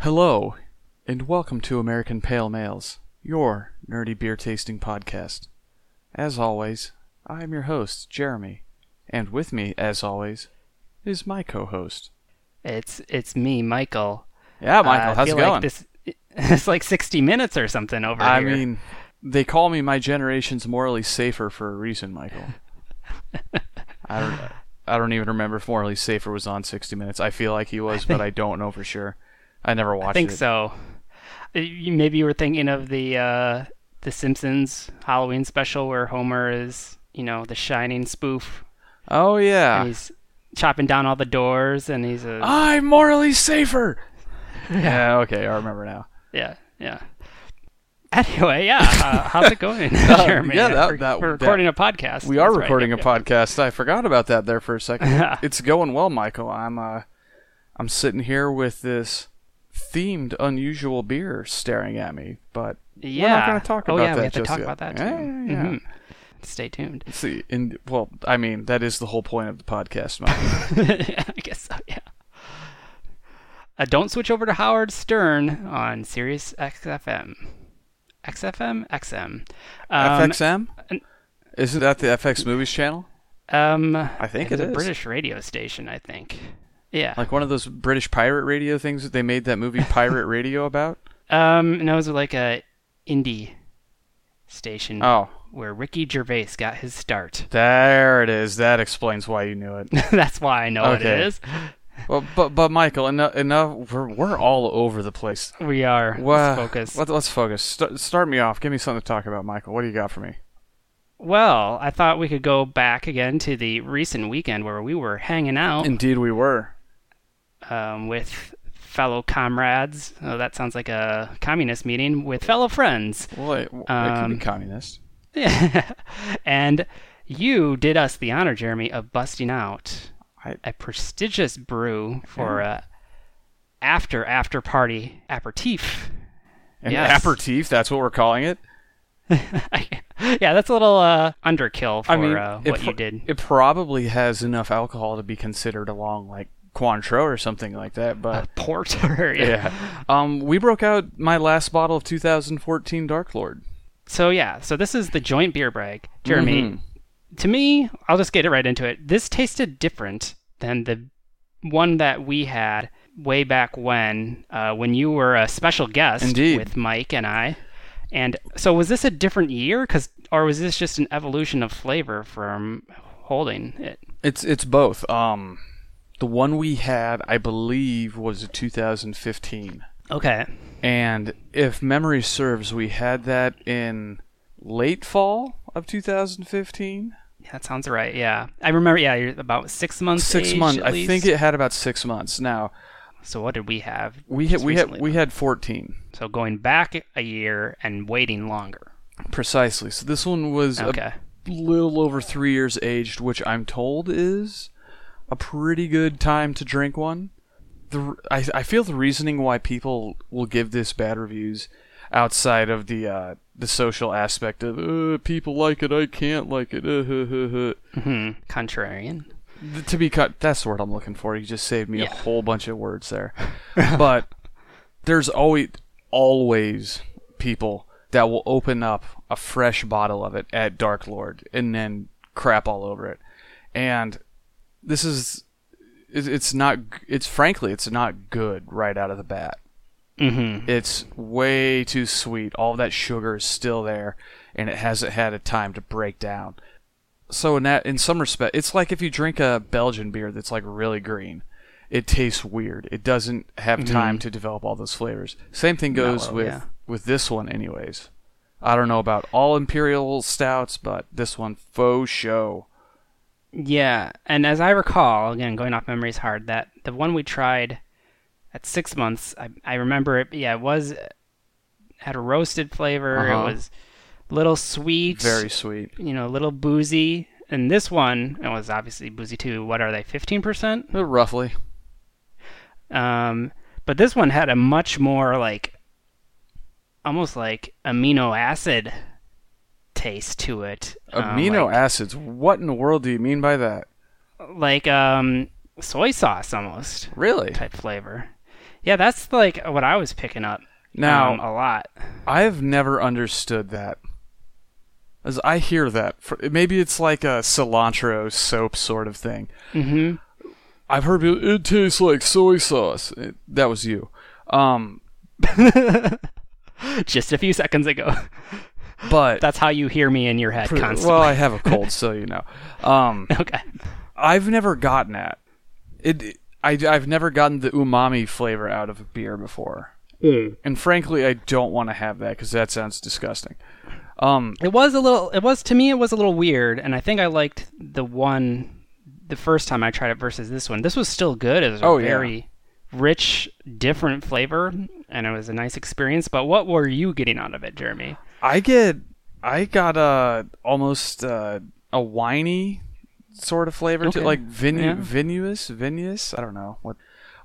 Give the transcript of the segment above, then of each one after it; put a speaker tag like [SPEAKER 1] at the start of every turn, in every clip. [SPEAKER 1] Hello, and welcome to American Pale Males, your nerdy beer tasting podcast. As always, I am your host, Jeremy, and with me, as always, is my co host.
[SPEAKER 2] It's it's me, Michael.
[SPEAKER 1] Yeah, Michael,
[SPEAKER 2] Uh, I
[SPEAKER 1] how's it
[SPEAKER 2] feel
[SPEAKER 1] going?
[SPEAKER 2] Like this, it's like 60 minutes or something over
[SPEAKER 1] I
[SPEAKER 2] here.
[SPEAKER 1] mean, they call me my generation's morally safer for a reason, Michael. I don't. I don't even remember if Morally Safer was on 60 Minutes. I feel like he was, but I don't know for sure. I never watched
[SPEAKER 2] I think
[SPEAKER 1] it.
[SPEAKER 2] so. Uh, you- Maybe you were thinking of the uh, the Simpsons Halloween special where Homer is, you know, the Shining spoof,
[SPEAKER 1] Oh yeah.
[SPEAKER 2] and he's chopping down all the doors, and he's a
[SPEAKER 1] I'm morally safer. Yeah, okay, I remember now.
[SPEAKER 2] yeah, yeah. Anyway, yeah, uh, how's it going, Jeremy?
[SPEAKER 1] yeah, that-
[SPEAKER 2] we're,
[SPEAKER 1] that-
[SPEAKER 2] we're
[SPEAKER 1] that-
[SPEAKER 2] recording a podcast.
[SPEAKER 1] We are
[SPEAKER 2] That's right,
[SPEAKER 1] recording
[SPEAKER 2] yep,
[SPEAKER 1] a
[SPEAKER 2] yep.
[SPEAKER 1] podcast. I forgot about that there for a second. it's going well, Michael. I'm uh, I'm sitting here with this themed unusual beer staring at me, but
[SPEAKER 2] Yeah,
[SPEAKER 1] we're not going to talk
[SPEAKER 2] oh,
[SPEAKER 1] about
[SPEAKER 2] yeah,
[SPEAKER 1] that
[SPEAKER 2] we have to
[SPEAKER 1] just
[SPEAKER 2] talk
[SPEAKER 1] yet.
[SPEAKER 2] about that too.
[SPEAKER 1] Yeah, yeah, yeah.
[SPEAKER 2] Mhm. Stay tuned.
[SPEAKER 1] See, and well, I mean, that is the whole point of the podcast, Michael.
[SPEAKER 2] I guess so, yeah. Uh, don't switch over to Howard Stern on Sirius XFM. XFM? XM. Um,
[SPEAKER 1] FXM?
[SPEAKER 2] an-
[SPEAKER 1] Isn't that the FX Movies channel?
[SPEAKER 2] Um,
[SPEAKER 1] I think
[SPEAKER 2] it's
[SPEAKER 1] it
[SPEAKER 2] a
[SPEAKER 1] is.
[SPEAKER 2] British radio station, I think. Yeah.
[SPEAKER 1] Like one of those British pirate radio things that they made that movie Pirate Radio about?
[SPEAKER 2] Um, and it was like a indie station
[SPEAKER 1] Oh,
[SPEAKER 2] where Ricky Gervais got his start.
[SPEAKER 1] there it is. That explains why you knew it.
[SPEAKER 2] That's why I know what it
[SPEAKER 1] Okay.
[SPEAKER 2] is.
[SPEAKER 1] Well, but but Michael, enough, enough. We're we're all over the place.
[SPEAKER 2] We are.
[SPEAKER 1] Well,
[SPEAKER 2] Let's focus.
[SPEAKER 1] Let, us focus. St- start me off. Give me something to talk about, Michael. What do you got for me?
[SPEAKER 2] Well, I thought we could go back again to the recent weekend where we were hanging out.
[SPEAKER 1] Indeed, we were.
[SPEAKER 2] um, with fellow comrades. Oh, that sounds like a communist meeting with fellow friends.
[SPEAKER 1] Well, it, it could be
[SPEAKER 2] Um,
[SPEAKER 1] communist.
[SPEAKER 2] and you did us the honor, Jeremy, of busting out
[SPEAKER 1] I-
[SPEAKER 2] a prestigious brew for a after after party aperitif.
[SPEAKER 1] An
[SPEAKER 2] yes.
[SPEAKER 1] aperitif. That's what we're calling it.
[SPEAKER 2] yeah, that's a little uh, underkill for
[SPEAKER 1] I mean,
[SPEAKER 2] uh,
[SPEAKER 1] it
[SPEAKER 2] what
[SPEAKER 1] pro-
[SPEAKER 2] you did.
[SPEAKER 1] It probably has enough alcohol to be considered along like Cointreau or something like that. But
[SPEAKER 2] Porter. yeah.
[SPEAKER 1] yeah, um, we broke out my last bottle of 2014 Dark Lord.
[SPEAKER 2] So yeah, so this is the joint beer brag, Jeremy.
[SPEAKER 1] Mm-hmm.
[SPEAKER 2] To me, I'll just get it right into it. This tasted different than the one that we had way back when, uh, when you were a special guest
[SPEAKER 1] Indeed.
[SPEAKER 2] with Mike and I. And so, was this a different year, 'Cause- or was this just an evolution of flavor from holding it?
[SPEAKER 1] It's it's both. Um, the one we had, I believe, was 2015,
[SPEAKER 2] Okay.
[SPEAKER 1] and if memory serves, we had that in late fall of 2015.
[SPEAKER 2] Yeah, that sounds right. Yeah, I remember. Yeah, you're about six months.
[SPEAKER 1] Six
[SPEAKER 2] age,
[SPEAKER 1] months.
[SPEAKER 2] at
[SPEAKER 1] I
[SPEAKER 2] least.
[SPEAKER 1] think it had about six months. Now
[SPEAKER 2] So what did we have?
[SPEAKER 1] we had
[SPEAKER 2] just
[SPEAKER 1] we had
[SPEAKER 2] recently?
[SPEAKER 1] we had 14
[SPEAKER 2] So going back a year and waiting longer.
[SPEAKER 1] precisely. So this one was a
[SPEAKER 2] Okay.
[SPEAKER 1] little over three years aged, which I'm told is a pretty good time to drink one. The, r- I, I feel the reasoning why people will give this bad reviews outside of the uh, the social aspect of uh, people like it, I can't like it. Uh, huh, huh, huh."
[SPEAKER 2] hmm Contrarian.
[SPEAKER 1] Th- To be cut, that's the word I'm looking for. You just saved me a
[SPEAKER 2] Yeah.
[SPEAKER 1] whole bunch of words there. but there's always always people that will open up a fresh bottle of it at Dark Lord and then crap all over it. And this is it- it's not g- it's frankly it's not good right out of the bat.
[SPEAKER 2] Mm-hmm.
[SPEAKER 1] It's way too sweet. All that sugar is still there, and it hasn't had a time to break down. So in that, in some respect, it's like if you drink a Belgian beer that's like really green. It tastes weird. It doesn't have time to develop all those flavors. Same thing goes
[SPEAKER 2] Mellow,
[SPEAKER 1] with
[SPEAKER 2] Mm-hmm. yeah.
[SPEAKER 1] with this one, anyways. I don't know about all imperial stouts, but this one faux show.
[SPEAKER 2] Yeah, and as I recall, again going off memories hard, that the one we tried at six months, I, I remember it. Yeah, it was uh, had a roasted flavor.
[SPEAKER 1] Uh-huh.
[SPEAKER 2] It was a little sweet,
[SPEAKER 1] Very sweet.
[SPEAKER 2] you know, a little boozy. And this one, it was obviously boozy too. What are they, fifteen percent?
[SPEAKER 1] Uh, Roughly.
[SPEAKER 2] Um, but this one had a much more like, almost like amino acid taste to it. Um,
[SPEAKER 1] Amino
[SPEAKER 2] like-
[SPEAKER 1] acids. What in the world do you mean by that?
[SPEAKER 2] like um soy sauce almost
[SPEAKER 1] Really?
[SPEAKER 2] type flavor. Yeah, that's like what I was picking up.
[SPEAKER 1] Now,
[SPEAKER 2] um, a lot.
[SPEAKER 1] I've never understood that. As I hear that, fr- maybe it's like a cilantro soap sort of thing.
[SPEAKER 2] hmm
[SPEAKER 1] I've heard people, it tastes like soy sauce. It- that was you. Um,
[SPEAKER 2] Just a few seconds ago.
[SPEAKER 1] but
[SPEAKER 2] That's how you hear me in your head constantly.
[SPEAKER 1] well, I have a cold, so you know. Um,
[SPEAKER 2] okay.
[SPEAKER 1] I've never gotten that. It, I, I've never gotten the umami flavor out of a beer before,
[SPEAKER 2] Hmm.
[SPEAKER 1] and frankly, I don't want to have that because that sounds disgusting. Um,
[SPEAKER 2] It was a little. It was to me. It was a little weird, and I think I liked the one the first time I tried it versus this one. This was still good. It was a
[SPEAKER 1] Oh, yeah.
[SPEAKER 2] very rich, different flavor, and it was a nice experience. But what were you getting out of it, Jeremy?
[SPEAKER 1] I get, I got a almost uh, a winey sort of flavor to
[SPEAKER 2] Okay.
[SPEAKER 1] like vinu-
[SPEAKER 2] Yeah.
[SPEAKER 1] vinous, vinous. I don't know what,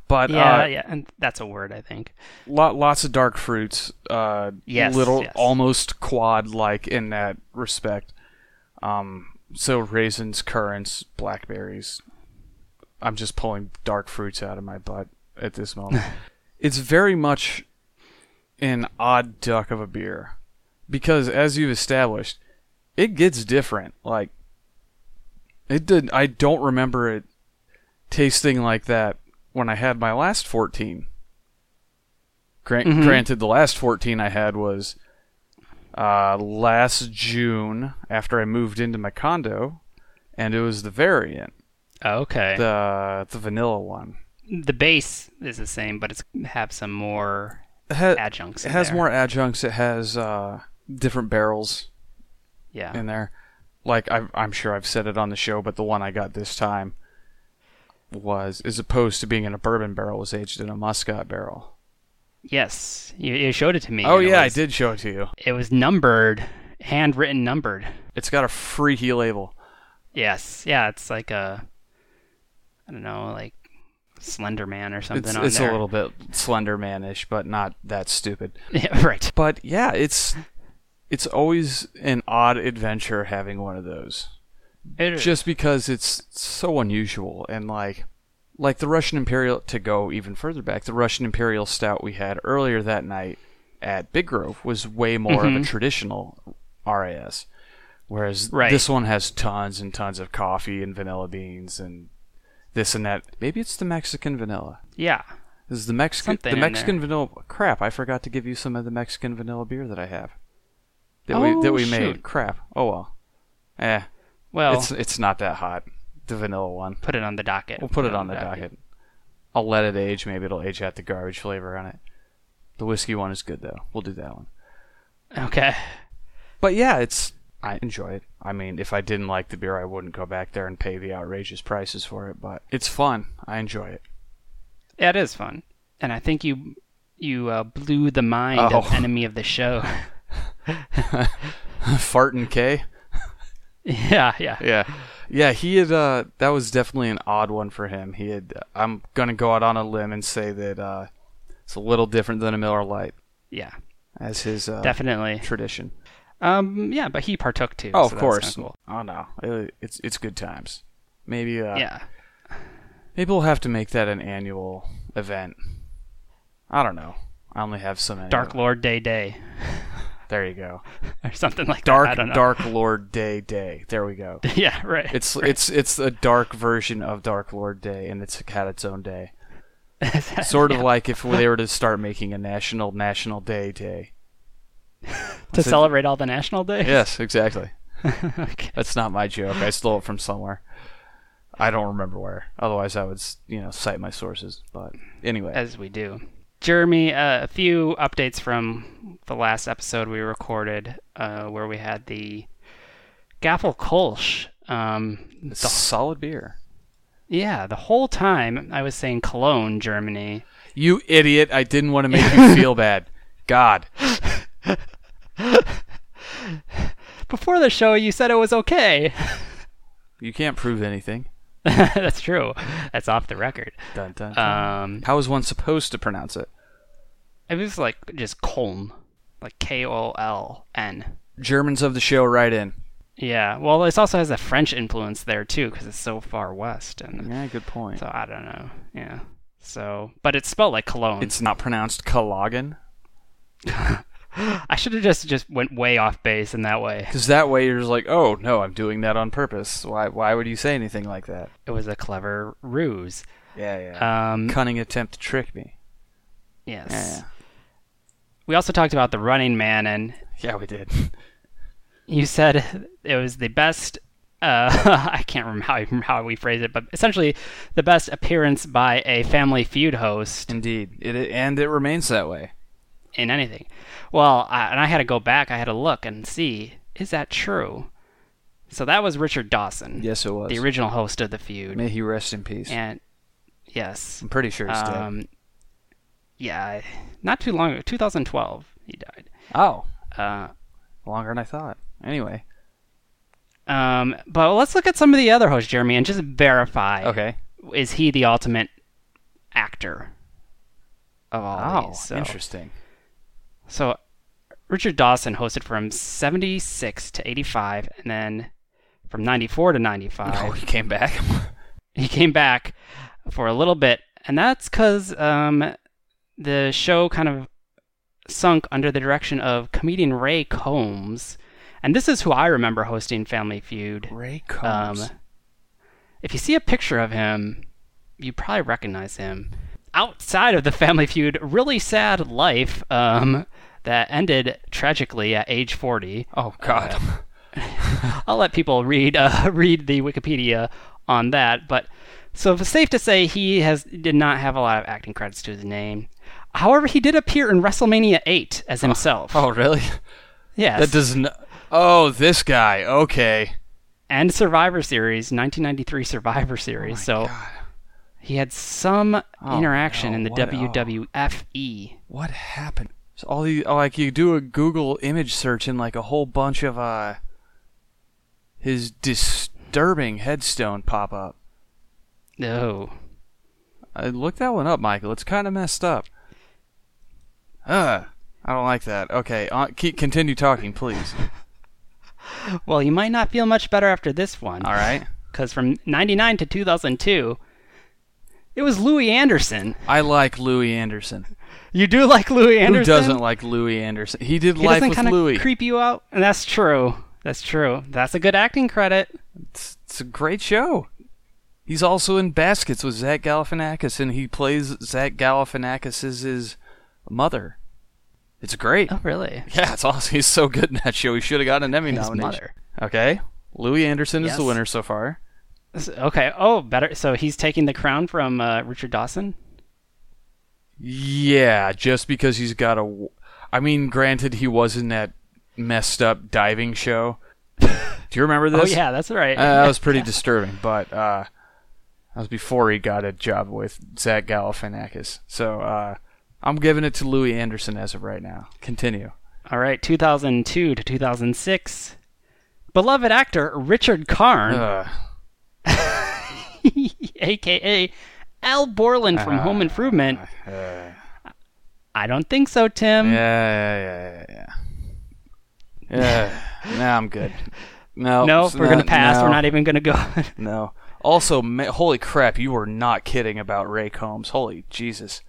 [SPEAKER 1] but
[SPEAKER 2] Yeah,
[SPEAKER 1] uh,
[SPEAKER 2] yeah, and that's a word I think.
[SPEAKER 1] lot, lots of dark fruits. Uh,
[SPEAKER 2] Yes,
[SPEAKER 1] little,
[SPEAKER 2] yes.
[SPEAKER 1] almost quad like in that respect. Um, so raisins, currants, blackberries. I'm just pulling dark fruits out of my butt at this moment. it's very much an odd duck of a beer because, as you've established, it gets different. Like it did. I don't remember it tasting like that when I had my last 14. Grant,
[SPEAKER 2] Mhm.
[SPEAKER 1] Granted, the last 14 I had was uh, last June after I moved into my condo, and it was the variant,
[SPEAKER 2] Okay. The,
[SPEAKER 1] the the vanilla one.
[SPEAKER 2] base is the same, but it's have some more
[SPEAKER 1] It, ha-
[SPEAKER 2] adjuncts.
[SPEAKER 1] it
[SPEAKER 2] in
[SPEAKER 1] has
[SPEAKER 2] there.
[SPEAKER 1] more adjuncts. It has uh, different barrels
[SPEAKER 2] Yeah.
[SPEAKER 1] in there. Like I, I'm sure I've said it on the show, but the one I got this time was, as opposed to being in a bourbon barrel, was aged in a muscat barrel.
[SPEAKER 2] yes, you, you showed it to me.
[SPEAKER 1] Oh
[SPEAKER 2] and it
[SPEAKER 1] yeah, I
[SPEAKER 2] was-
[SPEAKER 1] did show it to you.
[SPEAKER 2] It was numbered, handwritten, numbered.
[SPEAKER 1] It's got a freaky label.
[SPEAKER 2] Yes. Yeah, it's like a I don't know, like Slender Man or something
[SPEAKER 1] It's,
[SPEAKER 2] on
[SPEAKER 1] it's a
[SPEAKER 2] there.
[SPEAKER 1] little bit Slender Man-ish, but not that stupid.
[SPEAKER 2] Yeah, right.
[SPEAKER 1] But yeah, it's it's always an odd adventure having one of those.
[SPEAKER 2] It is.
[SPEAKER 1] Just because it's so unusual and like like the Russian Imperial to go even further back, the Russian Imperial stout we had earlier that night at Big Grove was way more
[SPEAKER 2] Mm-hmm.
[SPEAKER 1] of a traditional RAS. Whereas
[SPEAKER 2] Right.
[SPEAKER 1] this one has tons and tons of coffee and vanilla beans and this and that. Maybe it's the Mexican vanilla.
[SPEAKER 2] yeah.
[SPEAKER 1] This is the Mexican
[SPEAKER 2] Something
[SPEAKER 1] the
[SPEAKER 2] in there.
[SPEAKER 1] Mexican vanilla crap. I forgot to give you some of the Mexican vanilla beer that I have. That we that
[SPEAKER 2] Oh,
[SPEAKER 1] we
[SPEAKER 2] shoot.
[SPEAKER 1] made. Crap. Oh well. Eh.
[SPEAKER 2] Well,
[SPEAKER 1] It's it's not that hot. The vanilla one.
[SPEAKER 2] put it on the docket.
[SPEAKER 1] We'll put it on the docket. I'll let it age, maybe it'll age out the garbage flavor on it. The whiskey one is good though. We'll do that one.
[SPEAKER 2] Okay.
[SPEAKER 1] But yeah, it's I enjoy it. I mean, if I didn't like the beer I wouldn't go back there and pay the outrageous prices for it, but it's fun. I enjoy it.
[SPEAKER 2] Yeah, it is fun. And I think you you uh, blew the mind
[SPEAKER 1] Oh.
[SPEAKER 2] of enemy of the show.
[SPEAKER 1] Fartin' K.
[SPEAKER 2] yeah, yeah.
[SPEAKER 1] yeah yeah he had uh that was definitely an odd one for him he had i'm gonna go out on a limb and say that uh it's a little different than a miller light
[SPEAKER 2] Yeah.
[SPEAKER 1] as his uh
[SPEAKER 2] Definitely.
[SPEAKER 1] tradition
[SPEAKER 2] Um yeah, but he partook too.
[SPEAKER 1] oh
[SPEAKER 2] so
[SPEAKER 1] of
[SPEAKER 2] that's
[SPEAKER 1] course
[SPEAKER 2] kinda cool.
[SPEAKER 1] oh no It- it's it's good times maybe uh
[SPEAKER 2] Yeah.
[SPEAKER 1] maybe we'll have to make that an annual event i don't know i only have so many Oh,
[SPEAKER 2] Dark Lord Day Day
[SPEAKER 1] there you go
[SPEAKER 2] or something like that. I
[SPEAKER 1] dark
[SPEAKER 2] don't know.
[SPEAKER 1] dark lord day day there we go
[SPEAKER 2] yeah, right.
[SPEAKER 1] it's it's it's a dark version of dark lord day and it's had its own day sort of like if they were to start making a national national day day.
[SPEAKER 2] to celebrate all the national days.
[SPEAKER 1] Yes, exactly.
[SPEAKER 2] okay.
[SPEAKER 1] That's not my joke. I stole it from somewhere. I don't remember where. Otherwise, I would s- you know cite my sources. But anyway,
[SPEAKER 2] as we do. Jeremy, uh, a few updates from the last episode we recorded, uh, where we had the Gaffel Kolsch. Um,
[SPEAKER 1] it's a solid beer.
[SPEAKER 2] yeah, the whole time I was saying Cologne, Germany.
[SPEAKER 1] You idiot! I didn't want to make you feel bad. God,
[SPEAKER 2] Before the show, you said it was okay.
[SPEAKER 1] you can't prove anything.
[SPEAKER 2] That's true. That's off the record.
[SPEAKER 1] Dun, dun, dun.
[SPEAKER 2] Um,
[SPEAKER 1] Uh, How is one supposed to pronounce it?
[SPEAKER 2] it was like just Köln, like K O L N.
[SPEAKER 1] Germans of the show, right in.
[SPEAKER 2] Yeah. Well, this also has a French influence there too, because it's so far west, and
[SPEAKER 1] Yeah, good point.
[SPEAKER 2] so I don't know. Yeah. So, but it's spelled like cologne.
[SPEAKER 1] It's not pronounced Kalagan.
[SPEAKER 2] I should have just just went way off base in that way.
[SPEAKER 1] Because that way you're just like, oh no, I'm doing that on purpose. Why? Why would you say anything like that?
[SPEAKER 2] It was a clever ruse.
[SPEAKER 1] Yeah, yeah.
[SPEAKER 2] Um,
[SPEAKER 1] Cunning attempt to trick me.
[SPEAKER 2] yes.
[SPEAKER 1] Yeah,
[SPEAKER 2] We also talked about the Running Man, and
[SPEAKER 1] yeah. yeah we did.
[SPEAKER 2] you said it was the best. Uh, I can't remember how, how we phrase it, but essentially the best appearance by a Family Feud host
[SPEAKER 1] Indeed, it and it remains that way.
[SPEAKER 2] in anything. Well, I, and I had to go back. I had to look and see is that true. So that was Richard Dawson,
[SPEAKER 1] Yes, it was.
[SPEAKER 2] the original host of the feud,
[SPEAKER 1] May he rest in peace.
[SPEAKER 2] and yes,
[SPEAKER 1] I'm pretty sure he's dead.
[SPEAKER 2] um, yeah, not too long ago, 2012, he died.
[SPEAKER 1] Oh,
[SPEAKER 2] Uh,
[SPEAKER 1] longer than I thought. Anyway,
[SPEAKER 2] um, but let's look at some of the other hosts, Jeremy, and just verify.
[SPEAKER 1] okay.
[SPEAKER 2] is he the ultimate actor of all
[SPEAKER 1] Oh,
[SPEAKER 2] these? So,
[SPEAKER 1] interesting.
[SPEAKER 2] so Richard Dawson hosted from 76 to 85 and then from 94 to 95
[SPEAKER 1] Oh, he came back.
[SPEAKER 2] he came back for a little bit and that's cuz um the show kind of sunk under the direction of comedian Ray Combs and this is who I remember hosting Family Feud
[SPEAKER 1] Ray
[SPEAKER 2] um,
[SPEAKER 1] Combs.
[SPEAKER 2] if you see a picture of him, you probably recognize him. Outside of the Family Feud, really sad life um, that ended tragically at age 40.
[SPEAKER 1] oh God.
[SPEAKER 2] I'll let people read uh, read the Wikipedia on that, but so it's safe to say he has did not have a lot of acting credits to his name. However, he did appear in WrestleMania 8 as himself.
[SPEAKER 1] oh really?
[SPEAKER 2] yes.
[SPEAKER 1] That does not. Oh, this guy. Okay.
[SPEAKER 2] and Survivor Series, 1993 Survivor Series. so
[SPEAKER 1] God.
[SPEAKER 2] he had some
[SPEAKER 1] Oh,
[SPEAKER 2] interaction
[SPEAKER 1] no,
[SPEAKER 2] in the
[SPEAKER 1] what- oh.
[SPEAKER 2] WWFE.
[SPEAKER 1] What happened? So all the oh, like you do a Google image search and like a whole bunch of uh his disturbing headstone pop up.
[SPEAKER 2] No.
[SPEAKER 1] I looked that one up, Michael. It's kind of messed up. Ugh. I don't like that. Okay, uh, keep continue talking, please.
[SPEAKER 2] Well, you might not feel much better after this one.
[SPEAKER 1] All right.
[SPEAKER 2] Because from 99 to 2002, it was Louis Anderson.
[SPEAKER 1] I like Louis Anderson.
[SPEAKER 2] You do like Louis Anderson?
[SPEAKER 1] Who doesn't like Louis Anderson? He did
[SPEAKER 2] He
[SPEAKER 1] Life
[SPEAKER 2] doesn't
[SPEAKER 1] with
[SPEAKER 2] kinda
[SPEAKER 1] Louis.
[SPEAKER 2] creep you out? And that's true. That's true. That's a good acting credit.
[SPEAKER 1] it's, it's a great show. He's also in Baskets with Zach Galifianakis, and he plays Zach Galifianakis' mother. It's great.
[SPEAKER 2] Oh, really?
[SPEAKER 1] Yeah, it's awesome. He's so good in that show. He should have gotten an Emmy
[SPEAKER 2] His
[SPEAKER 1] nomination.
[SPEAKER 2] mother.
[SPEAKER 1] Okay. Louis Anderson is the
[SPEAKER 2] Yes.
[SPEAKER 1] winner so far.
[SPEAKER 2] S- Okay. Oh, better. So he's taking the crown from uh, Richard Dawson?
[SPEAKER 1] Yeah, just because he's got a. w- I mean, granted, he was in that messed up diving show. Do you remember this?
[SPEAKER 2] oh, yeah, that's right.
[SPEAKER 1] Uh, that was pretty disturbing, but uh, that was before he got a job with Zach Galifianakis. So uh, I'm giving it to Louis Anderson as of right now. Continue.
[SPEAKER 2] All right, 2002 to 2006. Beloved actor Richard Karn.
[SPEAKER 1] Ugh.
[SPEAKER 2] aka Al Borland
[SPEAKER 1] Uh-huh.
[SPEAKER 2] from Home Improvement. I don't think so, Tim.
[SPEAKER 1] yeah, yeah, yeah, yeah, yeah. Yeah. Nah, I'm good. No,
[SPEAKER 2] No,
[SPEAKER 1] it's
[SPEAKER 2] we're gonna pass.
[SPEAKER 1] no,
[SPEAKER 2] We're not e- even gonna go.
[SPEAKER 1] No. Also, ma- holy crap, you were not kidding about Ray Combs. Holy Jesus.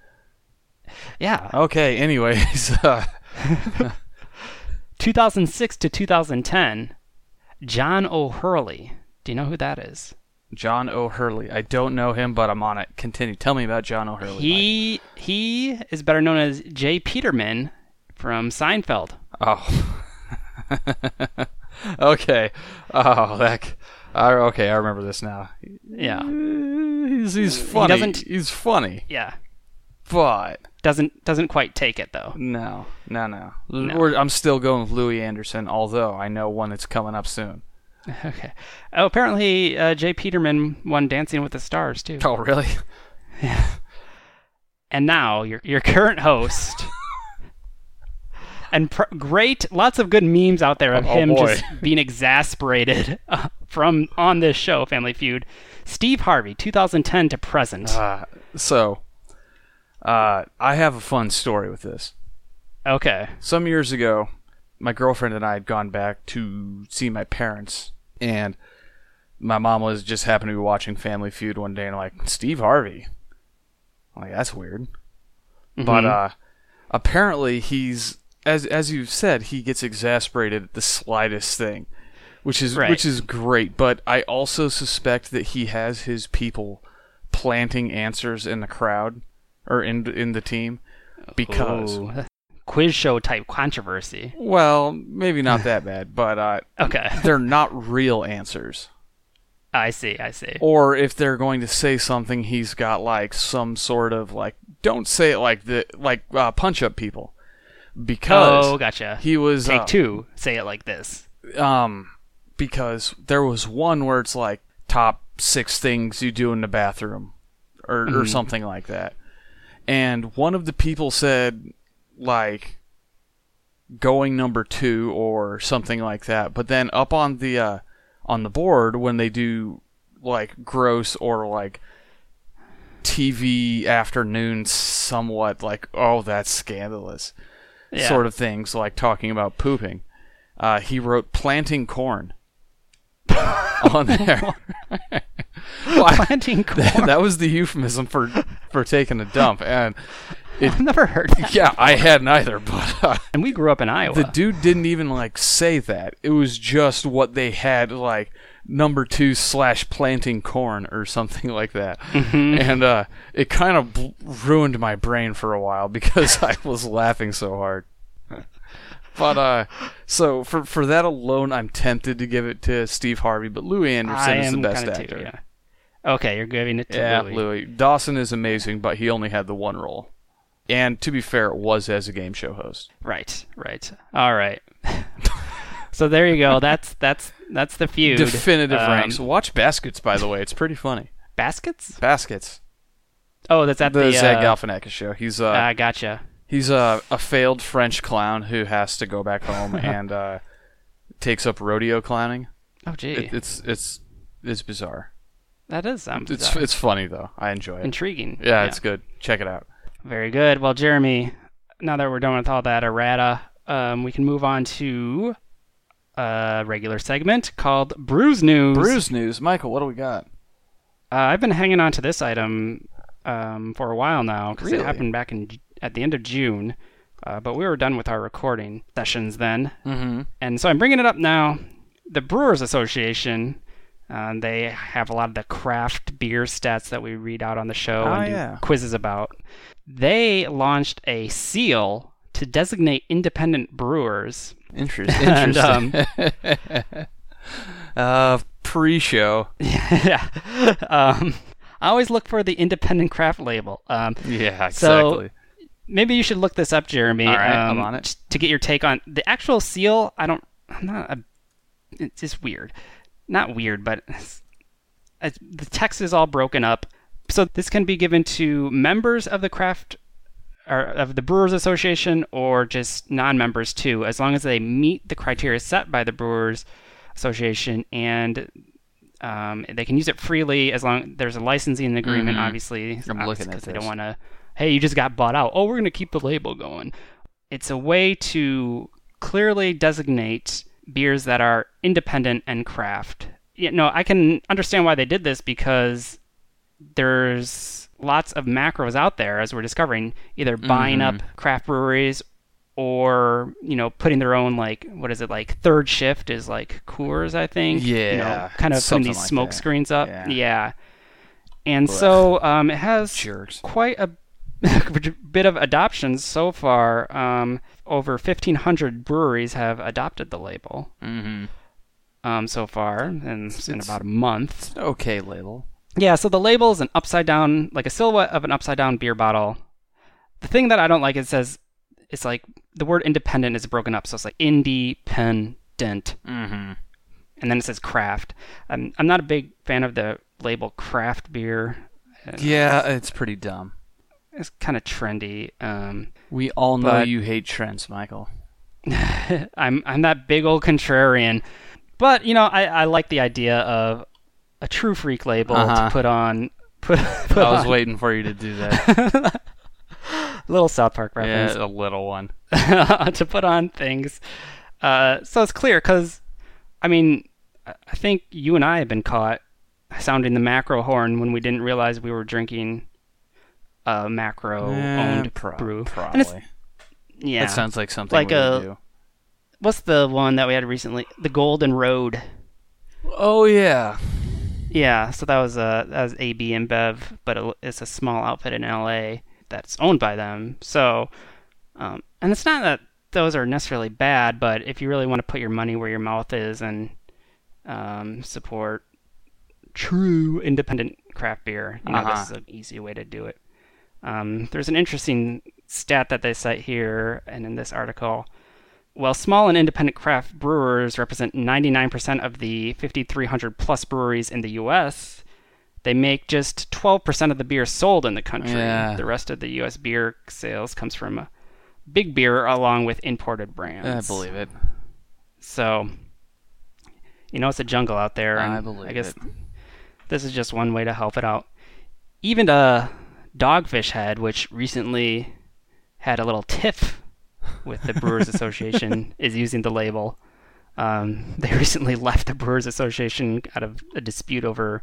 [SPEAKER 2] yeah,
[SPEAKER 1] Okay. Anyways, uh,
[SPEAKER 2] 2006 to 2010. John O'Hurley. Do you know who that is?
[SPEAKER 1] John O'Hurley. I don't know him, but I'm on it. Continue. Tell me about John O'Hurley. Mike.
[SPEAKER 2] He he is better known as Jay Peterman from Seinfeld.
[SPEAKER 1] Oh. okay. Oh, that. c- I, okay, I remember this now.
[SPEAKER 2] Yeah,
[SPEAKER 1] He's, he's funny.
[SPEAKER 2] doesn't-
[SPEAKER 1] He's funny,
[SPEAKER 2] yeah.
[SPEAKER 1] but
[SPEAKER 2] Doesn't doesn't quite take it though.
[SPEAKER 1] no, no, no. We're, I'm still going with Louis Anderson, although I know one that's coming up soon.
[SPEAKER 2] Okay. Oh, apparently uh, Jay Peterman won Dancing with the Stars too.
[SPEAKER 1] Oh, really?
[SPEAKER 2] and now your your current host. and pr- great, lots of good memes out there of
[SPEAKER 1] Oh,
[SPEAKER 2] him
[SPEAKER 1] boy.
[SPEAKER 2] just being exasperated uh, from on this show, Family Feud. Steve Harvey, 2010 to present.
[SPEAKER 1] Uh, so, uh, I have a fun story with this.
[SPEAKER 2] okay,
[SPEAKER 1] some years ago, my girlfriend and I had gone back to see my parents, and my mom was just happened to be watching Family Feud one day, and like Steve Harvey. Like that's weird.
[SPEAKER 2] Mm-hmm.
[SPEAKER 1] But uh, apparently he's as as you said he gets exasperated at the slightest thing, which is
[SPEAKER 2] Right.
[SPEAKER 1] which is great. But I also suspect that he has his people planting answers in the crowd or in in the team because
[SPEAKER 2] Ooh. quiz show type controversy.
[SPEAKER 1] well maybe not that bad, but uh,
[SPEAKER 2] Okay,
[SPEAKER 1] they're not real answers.
[SPEAKER 2] I see. I see.
[SPEAKER 1] or if they're going to say something, he's got like some sort of like don't say it like the like uh, punch up people because
[SPEAKER 2] Oh, gotcha.
[SPEAKER 1] he was
[SPEAKER 2] Take
[SPEAKER 1] uh,
[SPEAKER 2] two. Say it like this.
[SPEAKER 1] um because there was one where it's like top six things you do in the bathroom or or something like that, and one of the people said like going number two or something like that. But then up on the uh, on the board when they do like gross or like TV afternoon, somewhat like oh that's scandalous
[SPEAKER 2] Yeah.
[SPEAKER 1] sort of things, like talking about pooping. Uh, he wrote planting corn on there. Well, I-
[SPEAKER 2] Planting corn.
[SPEAKER 1] that was the euphemism for for taking a dump, and
[SPEAKER 2] I've never heard that.
[SPEAKER 1] yeah, I hadn't either, but. Uh,
[SPEAKER 2] And we grew up in Iowa.
[SPEAKER 1] the dude didn't even like say that. It was just what they had like number two slash planting corn or something like that.
[SPEAKER 2] Mm-hmm.
[SPEAKER 1] And uh, it kind of bl- ruined my brain for a while because I was laughing so hard. But uh, so for for that alone, I'm tempted to give it to Steve Harvey, but Louis Anderson
[SPEAKER 2] I
[SPEAKER 1] is the
[SPEAKER 2] am
[SPEAKER 1] best
[SPEAKER 2] kinda
[SPEAKER 1] actor.
[SPEAKER 2] Too, yeah. Okay, you're giving it to
[SPEAKER 1] Yeah,
[SPEAKER 2] Louis.
[SPEAKER 1] Louis Dawson is amazing, but he only had the one role. And to be fair, it was as a game show host.
[SPEAKER 2] Right, right. All right. so there you go. That's that's that's the feud.
[SPEAKER 1] Definitive
[SPEAKER 2] Um,
[SPEAKER 1] ranks. Watch Baskets, by the way. It's pretty funny.
[SPEAKER 2] Baskets?
[SPEAKER 1] Baskets.
[SPEAKER 2] Oh, that's at
[SPEAKER 1] The,
[SPEAKER 2] the,
[SPEAKER 1] Zach
[SPEAKER 2] uh,
[SPEAKER 1] Galifianakis show. He's uh,
[SPEAKER 2] uh, gotcha.
[SPEAKER 1] he's uh, a failed French clown who has to go back home and uh, takes up rodeo clowning.
[SPEAKER 2] Oh, gee,
[SPEAKER 1] It, it's it's it's bizarre.
[SPEAKER 2] that does sound
[SPEAKER 1] It's
[SPEAKER 2] bizarre.
[SPEAKER 1] it's funny though. I enjoy it.
[SPEAKER 2] intriguing.
[SPEAKER 1] Yeah, it's good. Check it out.
[SPEAKER 2] very good. Well, Jeremy, now that we're done with all that errata, um, we can move on to a regular segment called Brews News.
[SPEAKER 1] Brews news, Michael. What do we got?
[SPEAKER 2] Uh, I've been hanging on to this item um, for a while now because
[SPEAKER 1] Really?
[SPEAKER 2] it happened back in at the end of June, uh, but we were done with our recording sessions then,
[SPEAKER 1] Mm-hmm.
[SPEAKER 2] and so I'm bringing it up now. The Brewers Association, uh, they have a lot of the craft beer stats that we read out on the show
[SPEAKER 1] Oh,
[SPEAKER 2] and do
[SPEAKER 1] yeah.
[SPEAKER 2] quizzes about. They launched a seal to designate independent brewers.
[SPEAKER 1] Interesting.
[SPEAKER 2] And, um,
[SPEAKER 1] Interesting. um, uh, pre-show.
[SPEAKER 2] yeah. Um, I always look for the independent craft label. Um,
[SPEAKER 1] Yeah,
[SPEAKER 2] So-
[SPEAKER 1] exactly.
[SPEAKER 2] Maybe you should look this up, Jeremy. um,
[SPEAKER 1] All right, I'm on it.
[SPEAKER 2] t- To get your take on the actual seal, I don't. I'm not. A, it's just weird. Not weird, but it's, it's, the text is all broken up. So this can be given to members of the craft or of the Brewers Association or just non-members too, as long as they meet the criteria set by the Brewers Association and. Um, they can use it freely as long there's a licensing agreement,
[SPEAKER 1] Mhm.
[SPEAKER 2] obviously.
[SPEAKER 1] I'm looking at
[SPEAKER 2] because they don't
[SPEAKER 1] this.
[SPEAKER 2] want to. Hey, you just got bought out. Oh, we're going to keep the label going. It's a way to clearly designate beers that are independent and craft. You know, I can understand why they did this because there's lots of macros out there, as we're discovering, either buying
[SPEAKER 1] Mm-hmm.
[SPEAKER 2] up craft breweries or you know putting their own like what is it like third shift is like Coors I think you know,
[SPEAKER 1] Yeah,
[SPEAKER 2] kind of putting
[SPEAKER 1] something
[SPEAKER 2] these
[SPEAKER 1] like
[SPEAKER 2] smoke
[SPEAKER 1] that.
[SPEAKER 2] screens up
[SPEAKER 1] Yeah.
[SPEAKER 2] yeah. And so um, it has
[SPEAKER 1] Jerks.
[SPEAKER 2] quite a bit of adoptions so far. Um, over 1,500 breweries have adopted the label
[SPEAKER 1] Mm-hmm.
[SPEAKER 2] um, so far, and it's in
[SPEAKER 1] It's-
[SPEAKER 2] about a month.
[SPEAKER 1] Okay, label.
[SPEAKER 2] Yeah, so the label is an upside down, like a silhouette of an upside down beer bottle. The thing that I don't like, it says, it's like the word independent is broken up, so it's like independent
[SPEAKER 1] Mm-hmm.
[SPEAKER 2] and then it says craft. I'm, I'm not a big fan of the label craft beer. Uh,
[SPEAKER 1] Yeah, it's pretty dumb.
[SPEAKER 2] It's kind of trendy. Um,
[SPEAKER 1] We all know
[SPEAKER 2] But-
[SPEAKER 1] you hate trends, Michael.
[SPEAKER 2] I'm I'm that big old contrarian, but you know I, I like the idea of a true freak label
[SPEAKER 1] Uh-huh.
[SPEAKER 2] to put on put, put
[SPEAKER 1] I was
[SPEAKER 2] on-
[SPEAKER 1] waiting for you to do that.
[SPEAKER 2] little South Park reference
[SPEAKER 1] yeah, a little one.
[SPEAKER 2] to put on things. Uh, so it's clear because I mean I I think you and I have been caught sounding the macro horn when we didn't realize we were drinking uh, macro
[SPEAKER 1] Eh,
[SPEAKER 2] owned
[SPEAKER 1] pro-
[SPEAKER 2] brew. And
[SPEAKER 1] Probably.
[SPEAKER 2] it's- yeah.
[SPEAKER 1] That sounds like something
[SPEAKER 2] Like
[SPEAKER 1] we would
[SPEAKER 2] a-
[SPEAKER 1] do.
[SPEAKER 2] What's the one that we had recently? The Golden Road.
[SPEAKER 1] Oh yeah.
[SPEAKER 2] Yeah, so that was a that was AB InBev, but it- it's a small outfit in LA that's owned by them. So, um, and it's not that those are necessarily bad, but if you really want to put your money where your mouth is and um, support true independent craft beer, you know,
[SPEAKER 1] Uh-huh.
[SPEAKER 2] this is an easy way to do it. Um, there's an interesting stat that they cite here and in this article. While small and independent craft brewers represent 99% of the 5,300 plus breweries in the U.S., they make just 12% of the beer sold in the country.
[SPEAKER 1] Yeah.
[SPEAKER 2] The rest of the U.S. beer sales comes from uh, big beer along with imported
[SPEAKER 1] I
[SPEAKER 2] brands.
[SPEAKER 1] believe it.
[SPEAKER 2] So, you know, it's a jungle out there. And
[SPEAKER 1] I believe
[SPEAKER 2] I guess
[SPEAKER 1] it.
[SPEAKER 2] this is just one way to help it out. Even uh, Dogfish Head, which recently had a little tiff with the Brewers Association, is using the label. Um, they recently left the Brewers Association out of a dispute over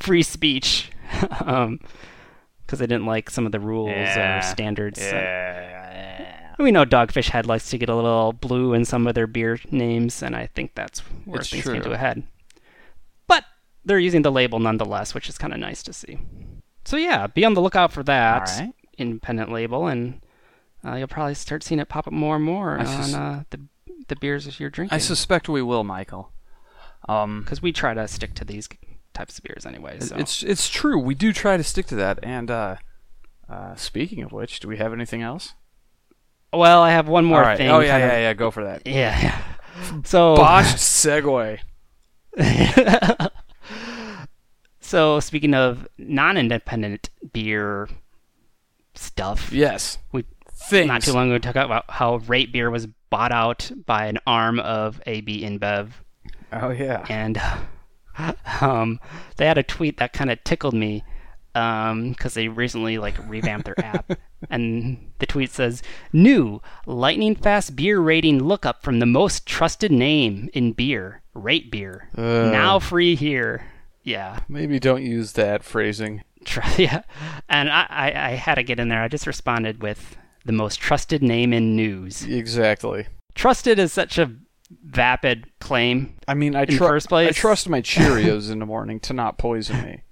[SPEAKER 2] free speech because they didn't like some of the rules
[SPEAKER 1] Yeah.
[SPEAKER 2] or standards.
[SPEAKER 1] uh, Yeah.
[SPEAKER 2] We know Dogfish Head likes to get a little blue in some of their beer names, and I think that's where
[SPEAKER 1] It's
[SPEAKER 2] things
[SPEAKER 1] true.
[SPEAKER 2] came to a head. But they're using the label nonetheless, which is kind of nice to see. So yeah, be on the lookout for that
[SPEAKER 1] All right.
[SPEAKER 2] independent label, and uh, you'll probably start seeing it pop up more and more
[SPEAKER 1] I
[SPEAKER 2] on
[SPEAKER 1] sus-
[SPEAKER 2] uh, the the beers that you're
[SPEAKER 1] I
[SPEAKER 2] drinking.
[SPEAKER 1] suspect we will, Michael. Um,
[SPEAKER 2] Because we try to stick to these types of beers anyway. So.
[SPEAKER 1] it's it's true. We do try to stick to that. And uh, uh, speaking of which, do we have anything else?
[SPEAKER 2] well, I have one more
[SPEAKER 1] All right.
[SPEAKER 2] thing. Oh.
[SPEAKER 1] oh yeah,
[SPEAKER 2] kind of-
[SPEAKER 1] yeah, yeah. Go for that.
[SPEAKER 2] yeah, yeah. So
[SPEAKER 1] Botched segue.
[SPEAKER 2] So speaking of non-independent beer stuff,
[SPEAKER 1] Yes.
[SPEAKER 2] We-
[SPEAKER 1] things.
[SPEAKER 2] not too long ago we talked about how Rate Beer was bought out by an arm of AB InBev,
[SPEAKER 1] Oh yeah.
[SPEAKER 2] and um, they had a tweet that kind of tickled me because they recently like revamped their app, and the tweet says, "New lightning fast beer rating lookup from the most trusted name in beer, Rate Beer,
[SPEAKER 1] Uh.
[SPEAKER 2] now free here." Yeah.
[SPEAKER 1] Maybe don't use that phrasing.
[SPEAKER 2] Tr- yeah. And I, I, I had to get in there. I just responded with the most trusted name in news.
[SPEAKER 1] Exactly.
[SPEAKER 2] Trusted is such a vapid claim.
[SPEAKER 1] I mean, I
[SPEAKER 2] the
[SPEAKER 1] trust.
[SPEAKER 2] first place?
[SPEAKER 1] I trust my Cheerios in the morning to not poison me.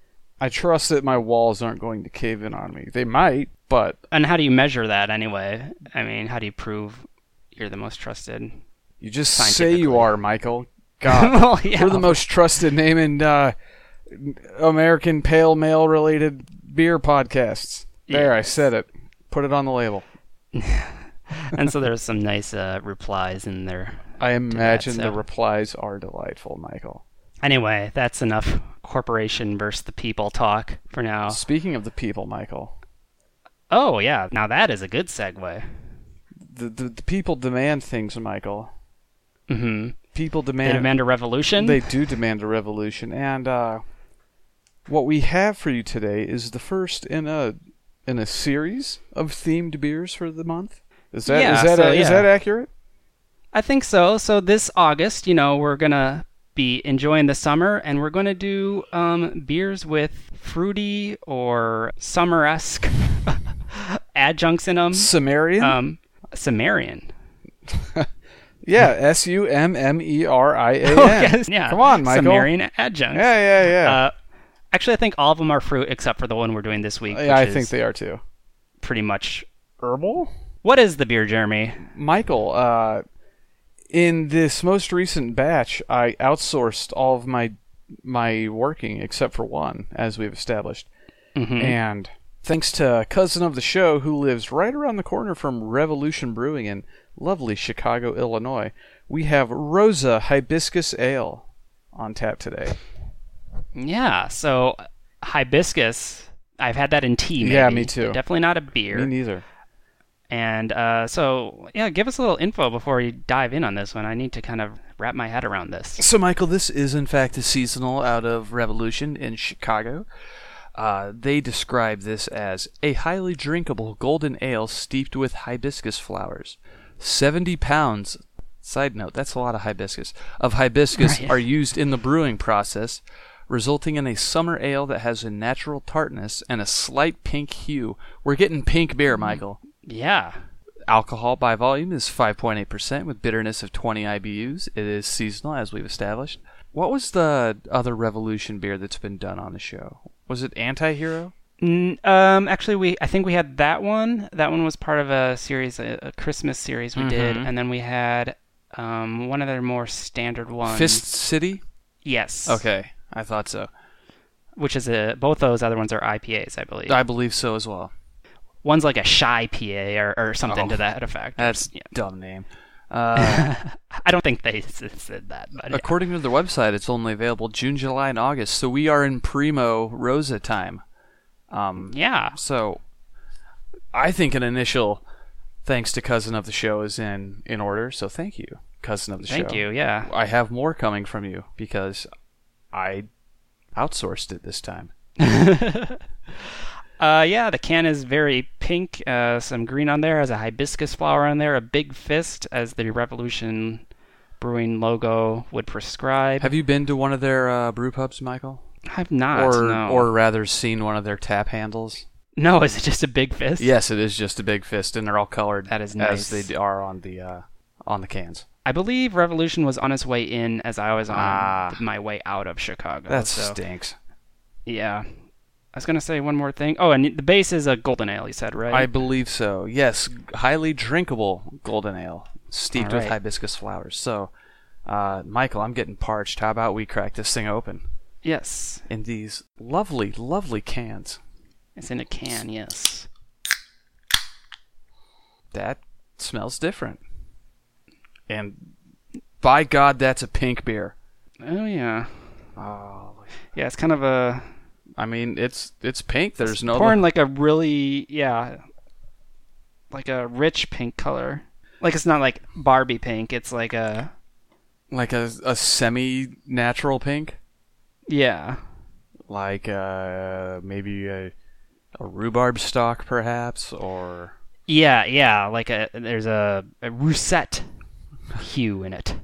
[SPEAKER 1] I trust that my walls aren't going to cave in on me. They might, but
[SPEAKER 2] And how do you measure that anyway? I mean, how do you prove you're the most trusted?
[SPEAKER 1] you just say you are, Michael. God,
[SPEAKER 2] well, yeah.
[SPEAKER 1] we're the most trusted name in uh, American pale male related beer podcasts. There, I said it. Put it on the label.
[SPEAKER 2] and so there's some nice uh, replies in there.
[SPEAKER 1] I imagine the
[SPEAKER 2] so.
[SPEAKER 1] replies are delightful, Michael.
[SPEAKER 2] Anyway, that's enough corporation versus the people talk for now.
[SPEAKER 1] Speaking of the people, Michael,
[SPEAKER 2] Oh, yeah. Now that is a good segue.
[SPEAKER 1] the, the, the people demand things, Michael.
[SPEAKER 2] hmm
[SPEAKER 1] People
[SPEAKER 2] They
[SPEAKER 1] demand.
[SPEAKER 2] demand a revolution.
[SPEAKER 1] They do demand a revolution, and uh, what we have for you today is the first in a in a series of themed beers for the month. Is that is
[SPEAKER 2] Yeah,
[SPEAKER 1] that
[SPEAKER 2] so,
[SPEAKER 1] uh, is
[SPEAKER 2] yeah.
[SPEAKER 1] that accurate?
[SPEAKER 2] I think so. So this August, you know, we're gonna be enjoying the summer, and we're gonna do um, beers with fruity or summer-esque adjuncts in them.
[SPEAKER 1] Sumerian.
[SPEAKER 2] Um, Sumerian.
[SPEAKER 1] yeah, S U M M E R I A N.
[SPEAKER 2] Okay, Oh, yeah.
[SPEAKER 1] Come on, Michael.
[SPEAKER 2] Sumerian adjuncts.
[SPEAKER 1] Yeah, yeah, yeah.
[SPEAKER 2] Uh, actually, I think all of them are fruit except for the one we're doing this week.
[SPEAKER 1] yeah, I
[SPEAKER 2] Uh, which
[SPEAKER 1] think
[SPEAKER 2] is
[SPEAKER 1] they are too.
[SPEAKER 2] pretty much.
[SPEAKER 1] Herbal.
[SPEAKER 2] What is the beer, Jeremy?
[SPEAKER 1] Michael, uh, in this most recent batch, I outsourced all of my my working except for one, as we've established.
[SPEAKER 2] Mm-hmm.
[SPEAKER 1] And thanks to a cousin of the show who lives right around the corner from Revolution Brewing in lovely Chicago, Illinois, we have Rosa Hibiscus Ale on tap today.
[SPEAKER 2] Yeah. So hibiscus. I've had that in tea. Maybe.
[SPEAKER 1] Yeah, me too.
[SPEAKER 2] Definitely not a beer.
[SPEAKER 1] Me neither.
[SPEAKER 2] And uh, so, yeah, give us a little info before you dive in on this one. I need to kind of wrap my head around this.
[SPEAKER 1] So, Michael, this is in fact a seasonal out of Revolution in Chicago. Uh, they describe this as a highly drinkable golden ale steeped with hibiscus flowers. 70 pounds, side note, that's a lot of hibiscus, of hibiscus
[SPEAKER 2] Right.
[SPEAKER 1] are used in the brewing process, resulting in a summer ale that has a natural tartness and a slight pink hue. We're getting pink beer, Michael.
[SPEAKER 2] Yeah.
[SPEAKER 1] Alcohol by volume is 5.8% with bitterness of 20 IBUs. It is seasonal, as we've established. What was the other Revolution beer that's been done on the show? Was it Antihero?
[SPEAKER 2] Mm, um, actually, we I think we had that one. That one was part of a series, a, a Christmas series we did,
[SPEAKER 1] Mhm.
[SPEAKER 2] and then we had um, one of their more standard ones.
[SPEAKER 1] Fist City?
[SPEAKER 2] Yes.
[SPEAKER 1] Okay, I thought so.
[SPEAKER 2] Which is a both those other ones are IPAs, I believe.
[SPEAKER 1] I believe so as well.
[SPEAKER 2] One's like a shy PA or, or something
[SPEAKER 1] Oh,
[SPEAKER 2] to that effect.
[SPEAKER 1] That's
[SPEAKER 2] Yeah.
[SPEAKER 1] dumb name. Uh,
[SPEAKER 2] I don't think they s- said that, but yeah.
[SPEAKER 1] according to their website, it's only available June, July, and August. So we are in primo rosa time. Um,
[SPEAKER 2] yeah.
[SPEAKER 1] so I think an initial thanks to cousin of the show is in in order. So thank you, cousin of the show.
[SPEAKER 2] Thank you. Yeah.
[SPEAKER 1] I have more coming from you because I outsourced it this time.
[SPEAKER 2] Uh, yeah, the can is very pink. Uh, some green on there, has a hibiscus flower on there, a big fist, as the Revolution Brewing logo would prescribe.
[SPEAKER 1] Have you been to one of their uh, brew pubs, Michael?
[SPEAKER 2] I've not.
[SPEAKER 1] or
[SPEAKER 2] no.
[SPEAKER 1] or rather seen one of their tap handles?
[SPEAKER 2] no, is it just a big fist?
[SPEAKER 1] Yes, it is just a big fist, and they're all colored
[SPEAKER 2] That is
[SPEAKER 1] as
[SPEAKER 2] nice.
[SPEAKER 1] they d- are on the uh, on the cans.
[SPEAKER 2] I believe Revolution was on its way in as I was on
[SPEAKER 1] Ah.
[SPEAKER 2] my way out of Chicago.
[SPEAKER 1] That
[SPEAKER 2] so,
[SPEAKER 1] stinks.
[SPEAKER 2] yeah. I was gonna say one more thing. Oh, and the base is a golden ale. You said
[SPEAKER 1] I
[SPEAKER 2] right?
[SPEAKER 1] believe so. Yes, highly drinkable golden ale steeped with
[SPEAKER 2] Alright.
[SPEAKER 1] hibiscus flowers. So, uh, Michael, I'm getting parched. How about we crack this thing open
[SPEAKER 2] yes.
[SPEAKER 1] in these lovely, lovely cans?
[SPEAKER 2] It's in a can. Yes.
[SPEAKER 1] That smells different. And by God, that's a pink beer.
[SPEAKER 2] Oh yeah.
[SPEAKER 1] Oh,
[SPEAKER 2] Yeah, it's kind of a
[SPEAKER 1] I mean, it's it's pink. There's
[SPEAKER 2] It's
[SPEAKER 1] no
[SPEAKER 2] pouring like a really yeah, like a rich pink color. Like it's not like Barbie pink. It's like a
[SPEAKER 1] like a a semi-natural pink.
[SPEAKER 2] yeah.
[SPEAKER 1] like uh, maybe a, a rhubarb stalk, perhaps, or
[SPEAKER 2] Yeah, yeah, like a there's a, a russet hue in it.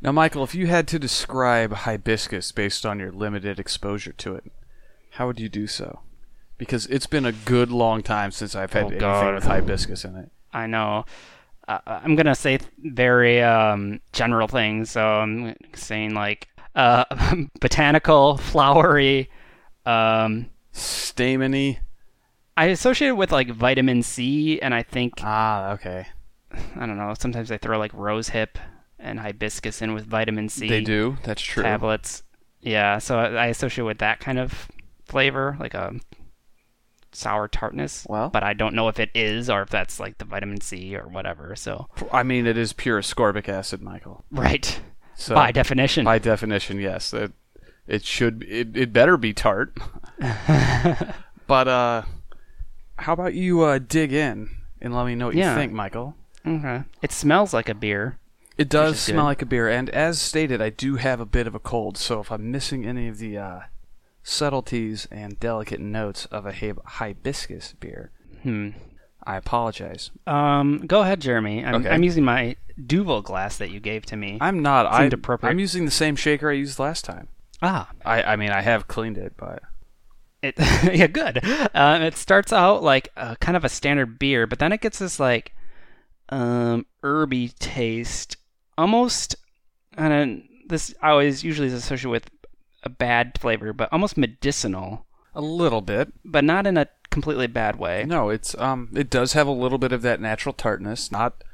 [SPEAKER 1] now, Michael, if you had to describe hibiscus based on your limited exposure to it, how would you do so? Because it's been a good long time since I've had
[SPEAKER 2] Oh,
[SPEAKER 1] anything
[SPEAKER 2] God.
[SPEAKER 1] with hibiscus in it.
[SPEAKER 2] I know. Uh, I'm gonna say th- very um, general things, so I'm saying like uh, botanical, flowery. Um,
[SPEAKER 1] Stameny.
[SPEAKER 2] I associate it with like vitamin C, and I think
[SPEAKER 1] Ah, okay.
[SPEAKER 2] I don't know. Sometimes they throw like rose hip and hibiscus in with vitamin C
[SPEAKER 1] They do. That's true.
[SPEAKER 2] tablets. Yeah, so I I associate with that kind of flavor, like a sour tartness.
[SPEAKER 1] Well-
[SPEAKER 2] but I don't know if it is or if that's like the vitamin C or whatever. So
[SPEAKER 1] I mean, it is pure ascorbic acid, Michael.
[SPEAKER 2] right
[SPEAKER 1] So
[SPEAKER 2] by definition,
[SPEAKER 1] by definition, yes. It it should it, it better be tart. but uh how about you uh dig in and let me know what
[SPEAKER 2] Yeah.
[SPEAKER 1] you think, Michael.
[SPEAKER 2] okay. it smells like a beer.
[SPEAKER 1] It does
[SPEAKER 2] is
[SPEAKER 1] smell
[SPEAKER 2] good.
[SPEAKER 1] like a beer, and as stated, I do have a bit of a cold, so if I'm missing any of the uh subtleties and delicate notes of a hib- hibiscus beer,
[SPEAKER 2] Hmm.
[SPEAKER 1] I apologize.
[SPEAKER 2] Um, go ahead, Jeremy. I'm,
[SPEAKER 1] Okay.
[SPEAKER 2] I'm using my Duvel glass that you gave to me.
[SPEAKER 1] I'm not I,
[SPEAKER 2] Seemed appropriate.
[SPEAKER 1] I'm using the same shaker I used last time.
[SPEAKER 2] ah,
[SPEAKER 1] I I mean, I have cleaned it, but
[SPEAKER 2] it yeah good um, it starts out like uh, kind of a standard beer but then it gets this like um herby taste almost and then this i always usually is associated with a bad flavor but almost medicinal
[SPEAKER 1] a little bit.
[SPEAKER 2] but not in a completely bad way
[SPEAKER 1] No, it's um, it does have a little bit of that natural tartness. Not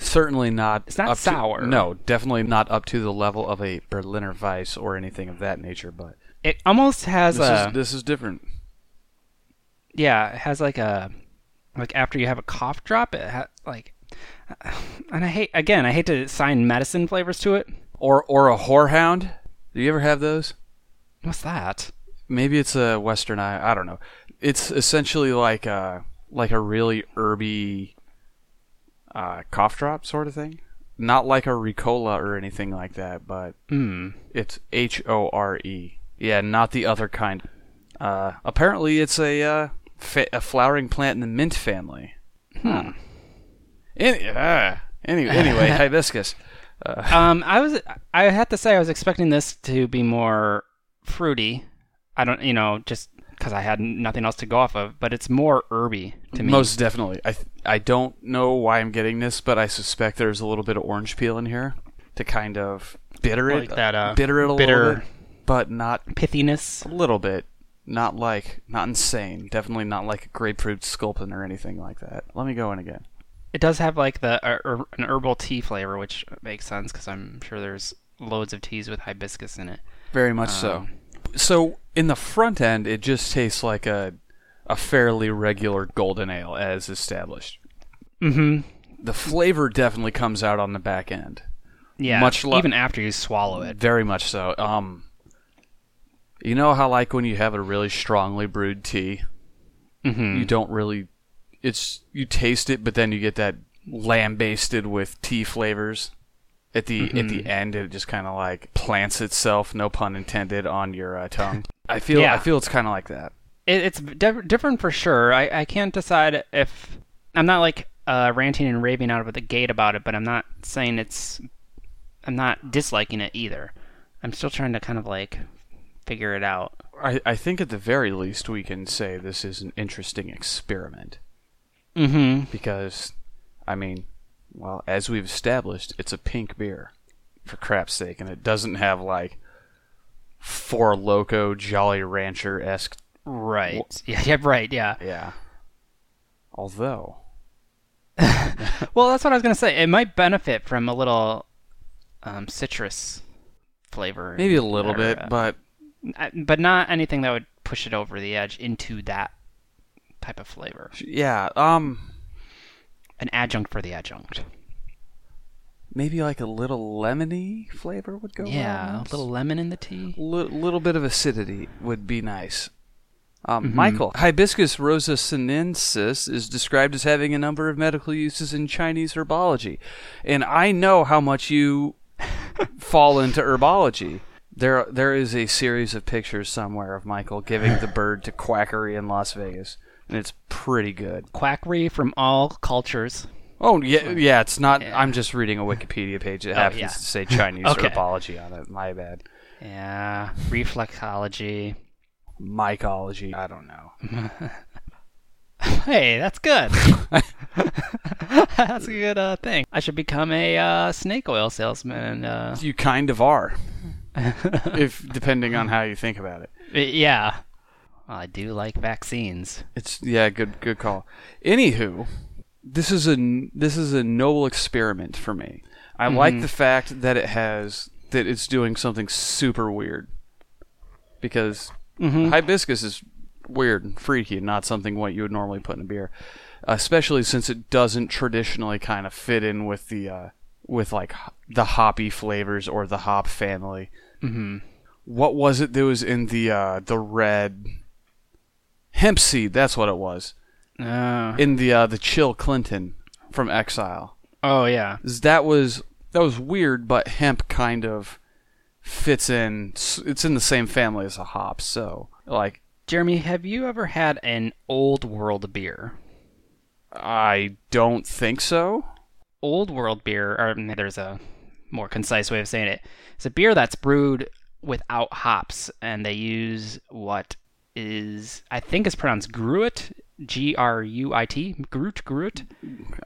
[SPEAKER 1] certainly not.
[SPEAKER 2] It's not
[SPEAKER 1] up to-
[SPEAKER 2] sour.
[SPEAKER 1] no, definitely not up to the level of a Berliner Weiss or anything of that nature. But
[SPEAKER 2] it almost has
[SPEAKER 1] this
[SPEAKER 2] a
[SPEAKER 1] is this is different.
[SPEAKER 2] yeah it has like a like after you have a cough drop it ha- like and i hate again i hate to assign medicine flavors to it
[SPEAKER 1] Or or a whorehound. Do you ever have those?
[SPEAKER 2] what's that
[SPEAKER 1] Maybe it's a Western I I don't know. It's essentially like a like a really herby uh, cough drop sort of thing. Not like a Ricola or anything like that, but
[SPEAKER 2] hmm
[SPEAKER 1] It's H O R E. Yeah, not the other kind. Uh, apparently, it's a uh, fa- a flowering plant in the mint family.
[SPEAKER 2] hmm
[SPEAKER 1] Any- uh, anyway, anyway, hibiscus.
[SPEAKER 2] Um, I was I had to say I was expecting this to be more fruity. I don't, you know, just because I had nothing else to go off of, but it's more herby to me.
[SPEAKER 1] Most definitely. I th- I don't know why I'm getting this, but I suspect there's a little bit of orange peel in here to kind of bitter it,
[SPEAKER 2] Like that, uh,
[SPEAKER 1] bitter it a
[SPEAKER 2] bitter-
[SPEAKER 1] little bit, but not
[SPEAKER 2] Pithiness.
[SPEAKER 1] a little bit. Not like, not insane. Definitely not like a grapefruit sculpin or anything like that. Let me go in again.
[SPEAKER 2] It does have like the uh, er, an herbal tea flavor, which makes sense because I'm sure there's loads of teas with hibiscus in it.
[SPEAKER 1] Very much so.
[SPEAKER 2] Um,
[SPEAKER 1] So in the front end, it just tastes like a a fairly regular golden ale as established.
[SPEAKER 2] Mm-hmm.
[SPEAKER 1] The flavor definitely comes out on the back end.
[SPEAKER 2] Yeah.
[SPEAKER 1] Much lo-
[SPEAKER 2] even after you swallow it.
[SPEAKER 1] Very much so. Um, you know how like when you have a really strongly brewed tea,
[SPEAKER 2] Mm-hmm.
[SPEAKER 1] you don't really it's you taste it, but then you get that lambasted with tea flavors. At the at
[SPEAKER 2] Mm-hmm.
[SPEAKER 1] the end, it just kind of like plants itself, no pun intended, on your uh, tongue. I feel
[SPEAKER 2] Yeah.
[SPEAKER 1] I feel it's kind of like that.
[SPEAKER 2] It, it's di- different for sure. I, I can't decide if I'm not like uh, ranting and raving out of the gate about it, but I'm not saying it's. I'm not disliking it either. I'm still trying to kind of like figure it out.
[SPEAKER 1] I, I think at the very least we can say this is an interesting experiment
[SPEAKER 2] Mm-hmm.
[SPEAKER 1] because, I mean, well, as we've established, it's a pink beer, for crap's sake, and it doesn't have like four loco Jolly Rancher esque.
[SPEAKER 2] Right. Yeah, yeah. Right. Yeah.
[SPEAKER 1] Yeah. Although
[SPEAKER 2] Well, that's what I was gonna say. It might benefit from a little um, citrus flavor,
[SPEAKER 1] maybe a little bit, but
[SPEAKER 2] but Uh, but not anything that would push it over the edge into that type of flavor.
[SPEAKER 1] yeah, um,
[SPEAKER 2] An adjunct for the adjunct.
[SPEAKER 1] maybe like a little lemony flavor would go.
[SPEAKER 2] Yeah, a
[SPEAKER 1] around.
[SPEAKER 2] little lemon in the tea.
[SPEAKER 1] li- little bit of acidity would be nice. Um,
[SPEAKER 2] Mm-hmm.
[SPEAKER 1] Michael, hibiscus rosa sinensis is described as having a number of medical uses in Chinese herbology, and I know how much you fall into herbology. There, there is a series of pictures somewhere of Michael giving the bird to quackery in Las Vegas, and it's pretty good.
[SPEAKER 2] Quackery from all cultures.
[SPEAKER 1] Oh yeah, yeah. It's not. I'm just reading a Wikipedia page that happens
[SPEAKER 2] Oh, yeah.
[SPEAKER 1] to say Chinese
[SPEAKER 2] Okay.
[SPEAKER 1] herbology on it. My bad.
[SPEAKER 2] Yeah, reflexology.
[SPEAKER 1] Mycology. I don't know.
[SPEAKER 2] Hey, that's good. that's a good uh, thing. I should become a uh, snake oil salesman. Uh,
[SPEAKER 1] you kind of are if depending on how you think about it
[SPEAKER 2] yeah, I do like vaccines.
[SPEAKER 1] it's yeah good good call anywho this is a n- this is a noble experiment for me i like the fact that it has that it's doing something super weird because hibiscus is weird and freaky and not something what you would normally put in a beer especially since it doesn't traditionally kind of fit in with the uh, with like h- the hoppy flavors or the hop family what was it that was in the uh, the red hemp seed? That's what it was
[SPEAKER 2] Uh,
[SPEAKER 1] in the uh, the chill Clinton from Exile.
[SPEAKER 2] oh yeah,
[SPEAKER 1] Is That was that was weird, but hemp kind of fits in. s- It's in the same family as a hop, so like
[SPEAKER 2] Jeremy, have you ever had an old world beer?
[SPEAKER 1] I don't think so.
[SPEAKER 2] Old world beer, or mm, there's a more concise way of saying it. It's a beer that's brewed without hops, and they use what is I think is pronounced gruit, G R U I T, gruit, gruit.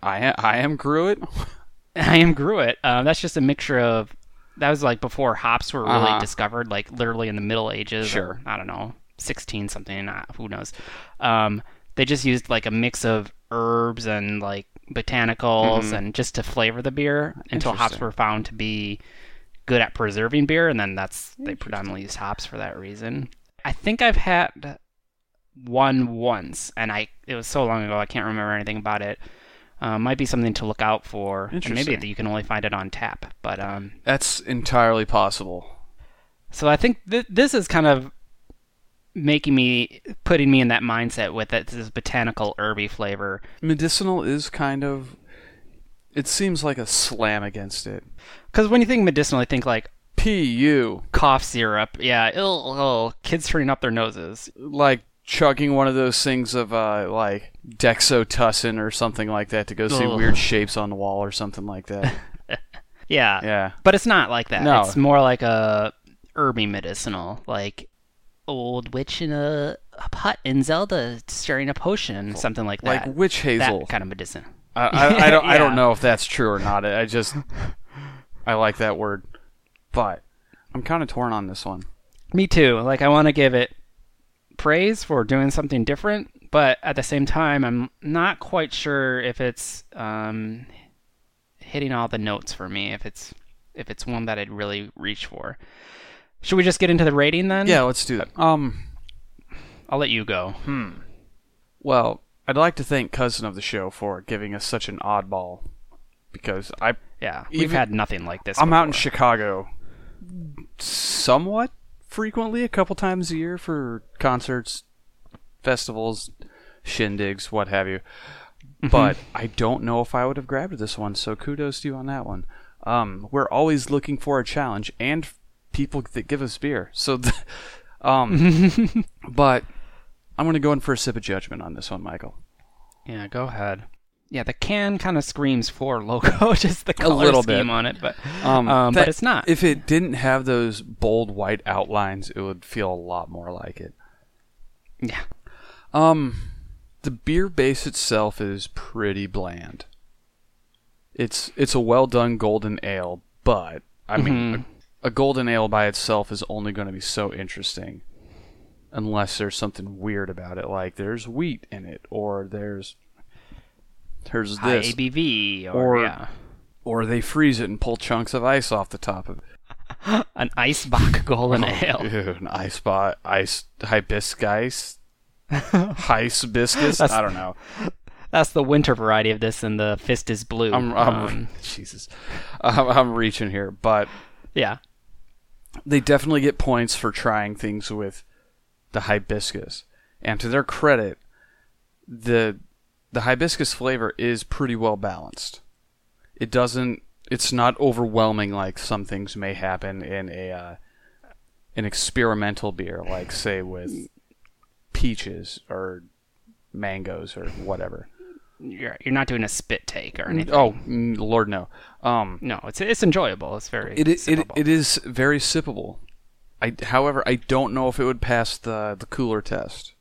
[SPEAKER 1] I a- I am Gruit.
[SPEAKER 2] I am gruit. Um, that's just a mixture of that was like before hops were really
[SPEAKER 1] Uh-huh.
[SPEAKER 2] discovered, like literally in the Middle Ages. or,
[SPEAKER 1] Sure.
[SPEAKER 2] I don't know, sixteen something. uh, Who knows? Um, they just used like a mix of herbs and like botanicals and just to flavor the beer until
[SPEAKER 1] Mm-hmm.
[SPEAKER 2] hops
[SPEAKER 1] Interesting.
[SPEAKER 2] were found to be good at preserving beer, and then that's they predominantly use hops for that reason. I think I've had one once, and I it was so long ago I can't remember anything about it. Uh, might be something to look out for. and Maybe
[SPEAKER 1] Interesting.
[SPEAKER 2] that you can only find it on tap. But um,
[SPEAKER 1] That's entirely possible.
[SPEAKER 2] so I think th- this is kind of making me putting me in that mindset with it. This is botanical herby flavor.
[SPEAKER 1] Medicinal is kind of. It seems like a slam against it.
[SPEAKER 2] Because when you think medicinal, you think like
[SPEAKER 1] Pu.
[SPEAKER 2] cough syrup. Yeah, ill, kids turning up their noses.
[SPEAKER 1] like chugging one of those things of uh like dexotussin or something like that to go see
[SPEAKER 2] Ugh.
[SPEAKER 1] weird shapes on the wall or something like that.
[SPEAKER 2] Yeah,
[SPEAKER 1] Yeah.
[SPEAKER 2] but it's not like that.
[SPEAKER 1] No.
[SPEAKER 2] It's more like a herby medicinal. Like old witch in a, a hut in Zelda stirring a potion, something like
[SPEAKER 1] like
[SPEAKER 2] that.
[SPEAKER 1] witch hazel.
[SPEAKER 2] that kind of medicine.
[SPEAKER 1] I, I, I don't I don't
[SPEAKER 2] Yeah.
[SPEAKER 1] know if that's true or not. I I just I like that word, but I'm kind of torn on this one.
[SPEAKER 2] Me too. Like I want to give it praise for doing something different, but at the same time, I'm not quite sure if it's um, hitting all the notes for me. If it's if it's one that I'd really reach for. Should we just get into the rating then?
[SPEAKER 1] Yeah, let's do that. Um,
[SPEAKER 2] I'll let you go. Hmm.
[SPEAKER 1] well, I'd like to thank cousin of the show for giving us such an oddball because I
[SPEAKER 2] Yeah, we've
[SPEAKER 1] Even-
[SPEAKER 2] had nothing like this.
[SPEAKER 1] I'm out in
[SPEAKER 2] before.
[SPEAKER 1] Chicago somewhat frequently, a couple times a year for concerts, festivals, shindigs, what have you.
[SPEAKER 2] Mm-hmm.
[SPEAKER 1] But I don't know if I would have grabbed this one, so kudos to you on that one. Um, we're always looking for a challenge and people that give us beer. So, th- um, but I'm going to go in for a sip of judgment on this one, Michael.
[SPEAKER 2] Yeah, go ahead. Yeah, the can kind of screams for logo, just the color
[SPEAKER 1] little
[SPEAKER 2] scheme
[SPEAKER 1] bit.
[SPEAKER 2] on it, but
[SPEAKER 1] Um,
[SPEAKER 2] Um, but
[SPEAKER 1] that-
[SPEAKER 2] it's not.
[SPEAKER 1] If it didn't have those bold white outlines, it would feel a lot more like it.
[SPEAKER 2] yeah,
[SPEAKER 1] Um, the beer base itself is pretty bland. It's it's a well done golden ale, but I mean, a, a golden ale by itself is only going to be so interesting, unless there's something weird about it, like there's wheat in it, or there's there's
[SPEAKER 2] high
[SPEAKER 1] this,
[SPEAKER 2] ABV or,
[SPEAKER 1] or-
[SPEAKER 2] yeah,
[SPEAKER 1] or they freeze it and pull chunks of ice off the top of it.
[SPEAKER 2] an ice Bach golden
[SPEAKER 1] Oh.
[SPEAKER 2] ale.
[SPEAKER 1] Ew, an ice spot, ice hibiscus, hibiscus. I don't know.
[SPEAKER 2] That's the winter variety of this, and the fist is blue.
[SPEAKER 1] I'm, I'm
[SPEAKER 2] Um,
[SPEAKER 1] Jesus, I'm, I'm reaching here, but
[SPEAKER 2] yeah,
[SPEAKER 1] they definitely get points for trying things with the hibiscus. And to their credit, the the hibiscus flavor is pretty well balanced. It doesn't. It's not overwhelming like some things may happen in a uh, an experimental beer, like say with peaches or mangoes or whatever.
[SPEAKER 2] you're you're not doing a spit take or anything.
[SPEAKER 1] Oh, mm, Lord no. Um,
[SPEAKER 2] No, it's it's enjoyable. It's very
[SPEAKER 1] It is, it,
[SPEAKER 2] sippable.
[SPEAKER 1] it is very sippable. I, however, I don't know if it would pass the, the cooler test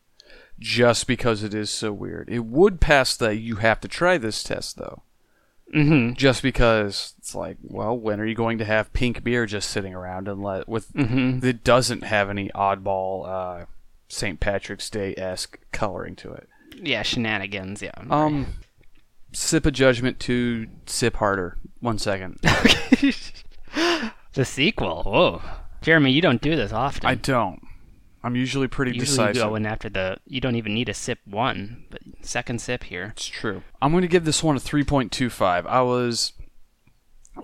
[SPEAKER 1] just because it is so weird. It would pass the you have to try this test, though,
[SPEAKER 2] Mhm.
[SPEAKER 1] just because it's like, well, when are you going to have pink beer just sitting around and let, with
[SPEAKER 2] Mm-hmm.
[SPEAKER 1] that doesn't have any oddball uh, St. Patrick's Day esque coloring to it?
[SPEAKER 2] yeah shenanigans. Yeah,
[SPEAKER 1] Um, sip of judgment to sip harder. One second.
[SPEAKER 2] the sequel. Whoa, Jeremy, you don't do this often.
[SPEAKER 1] I don't. I'm usually pretty
[SPEAKER 2] Usually you
[SPEAKER 1] decisive.
[SPEAKER 2] go in after the. You don't even need a sip one, but second sip here.
[SPEAKER 1] It's true. I'm going to give this one a 3.25. I was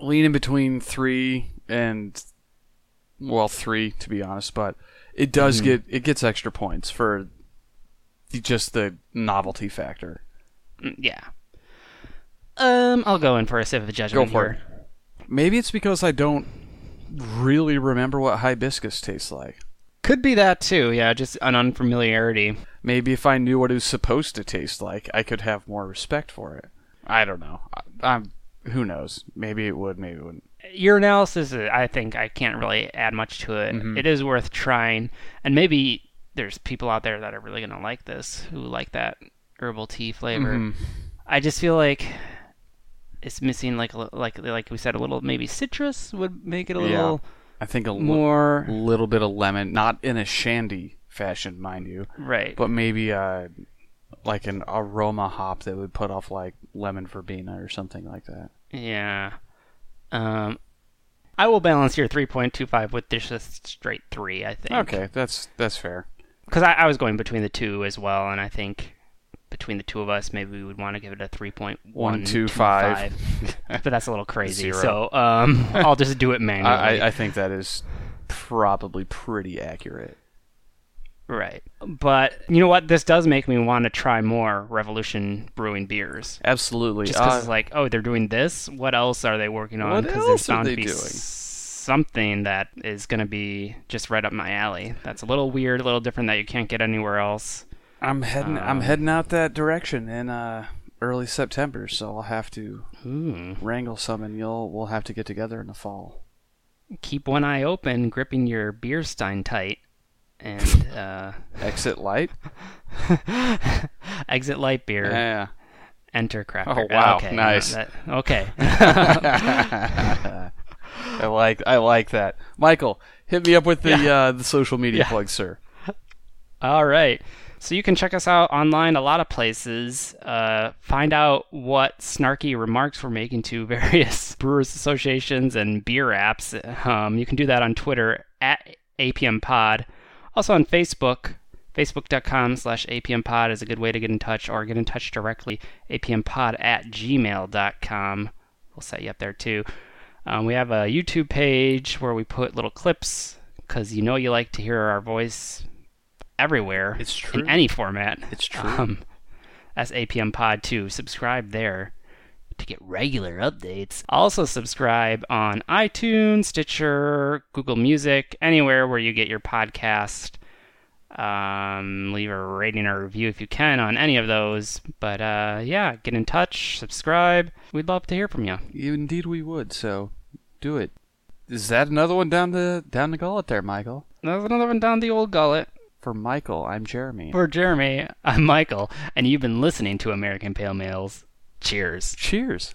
[SPEAKER 1] leaning between 3 and well, 3 to be honest, but it does get it gets extra points for the, just the novelty factor.
[SPEAKER 2] Mm, Yeah. Um, I'll go in for a sip of judgment.
[SPEAKER 1] Go for
[SPEAKER 2] here.
[SPEAKER 1] Maybe it's because I don't really remember what hibiscus tastes like.
[SPEAKER 2] Could be that too. Yeah, just an unfamiliarity.
[SPEAKER 1] Maybe if I knew what it was supposed to taste like, I could have more respect for it. I don't know. I, I'm who knows. Maybe it would, maybe it wouldn't.
[SPEAKER 2] Your analysis, uh, I think, I can't really add much to it.
[SPEAKER 1] Mm-hmm.
[SPEAKER 2] It is worth trying, and maybe there's people out there that are really gonna like this, who like that herbal tea flavor.
[SPEAKER 1] Mm-hmm.
[SPEAKER 2] I just feel like it's missing, like, a li- like, like we said, a little maybe citrus would make it a little
[SPEAKER 1] I think a little
[SPEAKER 2] more
[SPEAKER 1] little bit of lemon, not in a shandy fashion, mind you,
[SPEAKER 2] right.
[SPEAKER 1] but maybe uh, like an aroma hop that would put off like lemon verbena or something like that.
[SPEAKER 2] Yeah. Um, I will balance your 3.25 with this just straight three, I think.
[SPEAKER 1] Okay, that's that's fair.
[SPEAKER 2] Because I, I was going between the two as well, and I think between the two of us, maybe we would want to give it a 3.125. but that's a little crazy.
[SPEAKER 1] Zero.
[SPEAKER 2] So um, I'll just do it manually.
[SPEAKER 1] I, I, I think that is probably pretty accurate.
[SPEAKER 2] Right. But you know what? This does make me want to try more Revolution Brewing beers.
[SPEAKER 1] Absolutely.
[SPEAKER 2] Just because
[SPEAKER 1] Uh,
[SPEAKER 2] it's like, oh, they're doing this. What else are they working on?
[SPEAKER 1] What
[SPEAKER 2] Because
[SPEAKER 1] else
[SPEAKER 2] there's
[SPEAKER 1] are
[SPEAKER 2] bound
[SPEAKER 1] they
[SPEAKER 2] to be
[SPEAKER 1] doing?
[SPEAKER 2] something that is going to be just right up my alley. That's a little weird, a little different that you can't get anywhere else.
[SPEAKER 1] I'm heading
[SPEAKER 2] uh,
[SPEAKER 1] I'm heading out that direction in uh, early September, so I'll have to
[SPEAKER 2] Ooh.
[SPEAKER 1] wrangle some, and you'll we'll have to get together in the fall.
[SPEAKER 2] Keep one eye open, gripping your beer stein tight, and uh,
[SPEAKER 1] Exit light.
[SPEAKER 2] exit light beer,
[SPEAKER 1] Yeah.
[SPEAKER 2] enter craft
[SPEAKER 1] Oh,
[SPEAKER 2] beer.
[SPEAKER 1] wow,
[SPEAKER 2] okay,
[SPEAKER 1] nice.
[SPEAKER 2] that- okay.
[SPEAKER 1] I like I like that. Michael, hit me up with the uh, the social media plug, sir.
[SPEAKER 2] All right. So you can check us out online a lot of places. Uh, find out what snarky remarks we're making to various brewers associations and beer apps. Um, you can do that on Twitter at APM Pod. Also on Facebook, facebook.com slash APM Pod is a good way to get in touch or get in touch directly, apmpod at gmail.com. We'll set you up there too. Um, we have a YouTube page where we put little clips because you know you like to hear our voice everywhere.
[SPEAKER 1] It's true.
[SPEAKER 2] In any format.
[SPEAKER 1] It's true.
[SPEAKER 2] Um, that's APM Pod 2. Subscribe there to get regular updates. Also, subscribe on iTunes, Stitcher, Google Music, anywhere where you get your podcast. Um, leave a rating or review if you can on any of those. But uh, yeah, get in touch, subscribe. We'd love to hear from you.
[SPEAKER 1] Indeed, we would. So, do it. Is that another one down the down the gullet there, Michael?
[SPEAKER 2] There's another one down the old gullet.
[SPEAKER 1] For Michael, I'm Jeremy.
[SPEAKER 2] For Jeremy, I'm Michael, and you've been listening to American Pale Males. Cheers.
[SPEAKER 1] Cheers.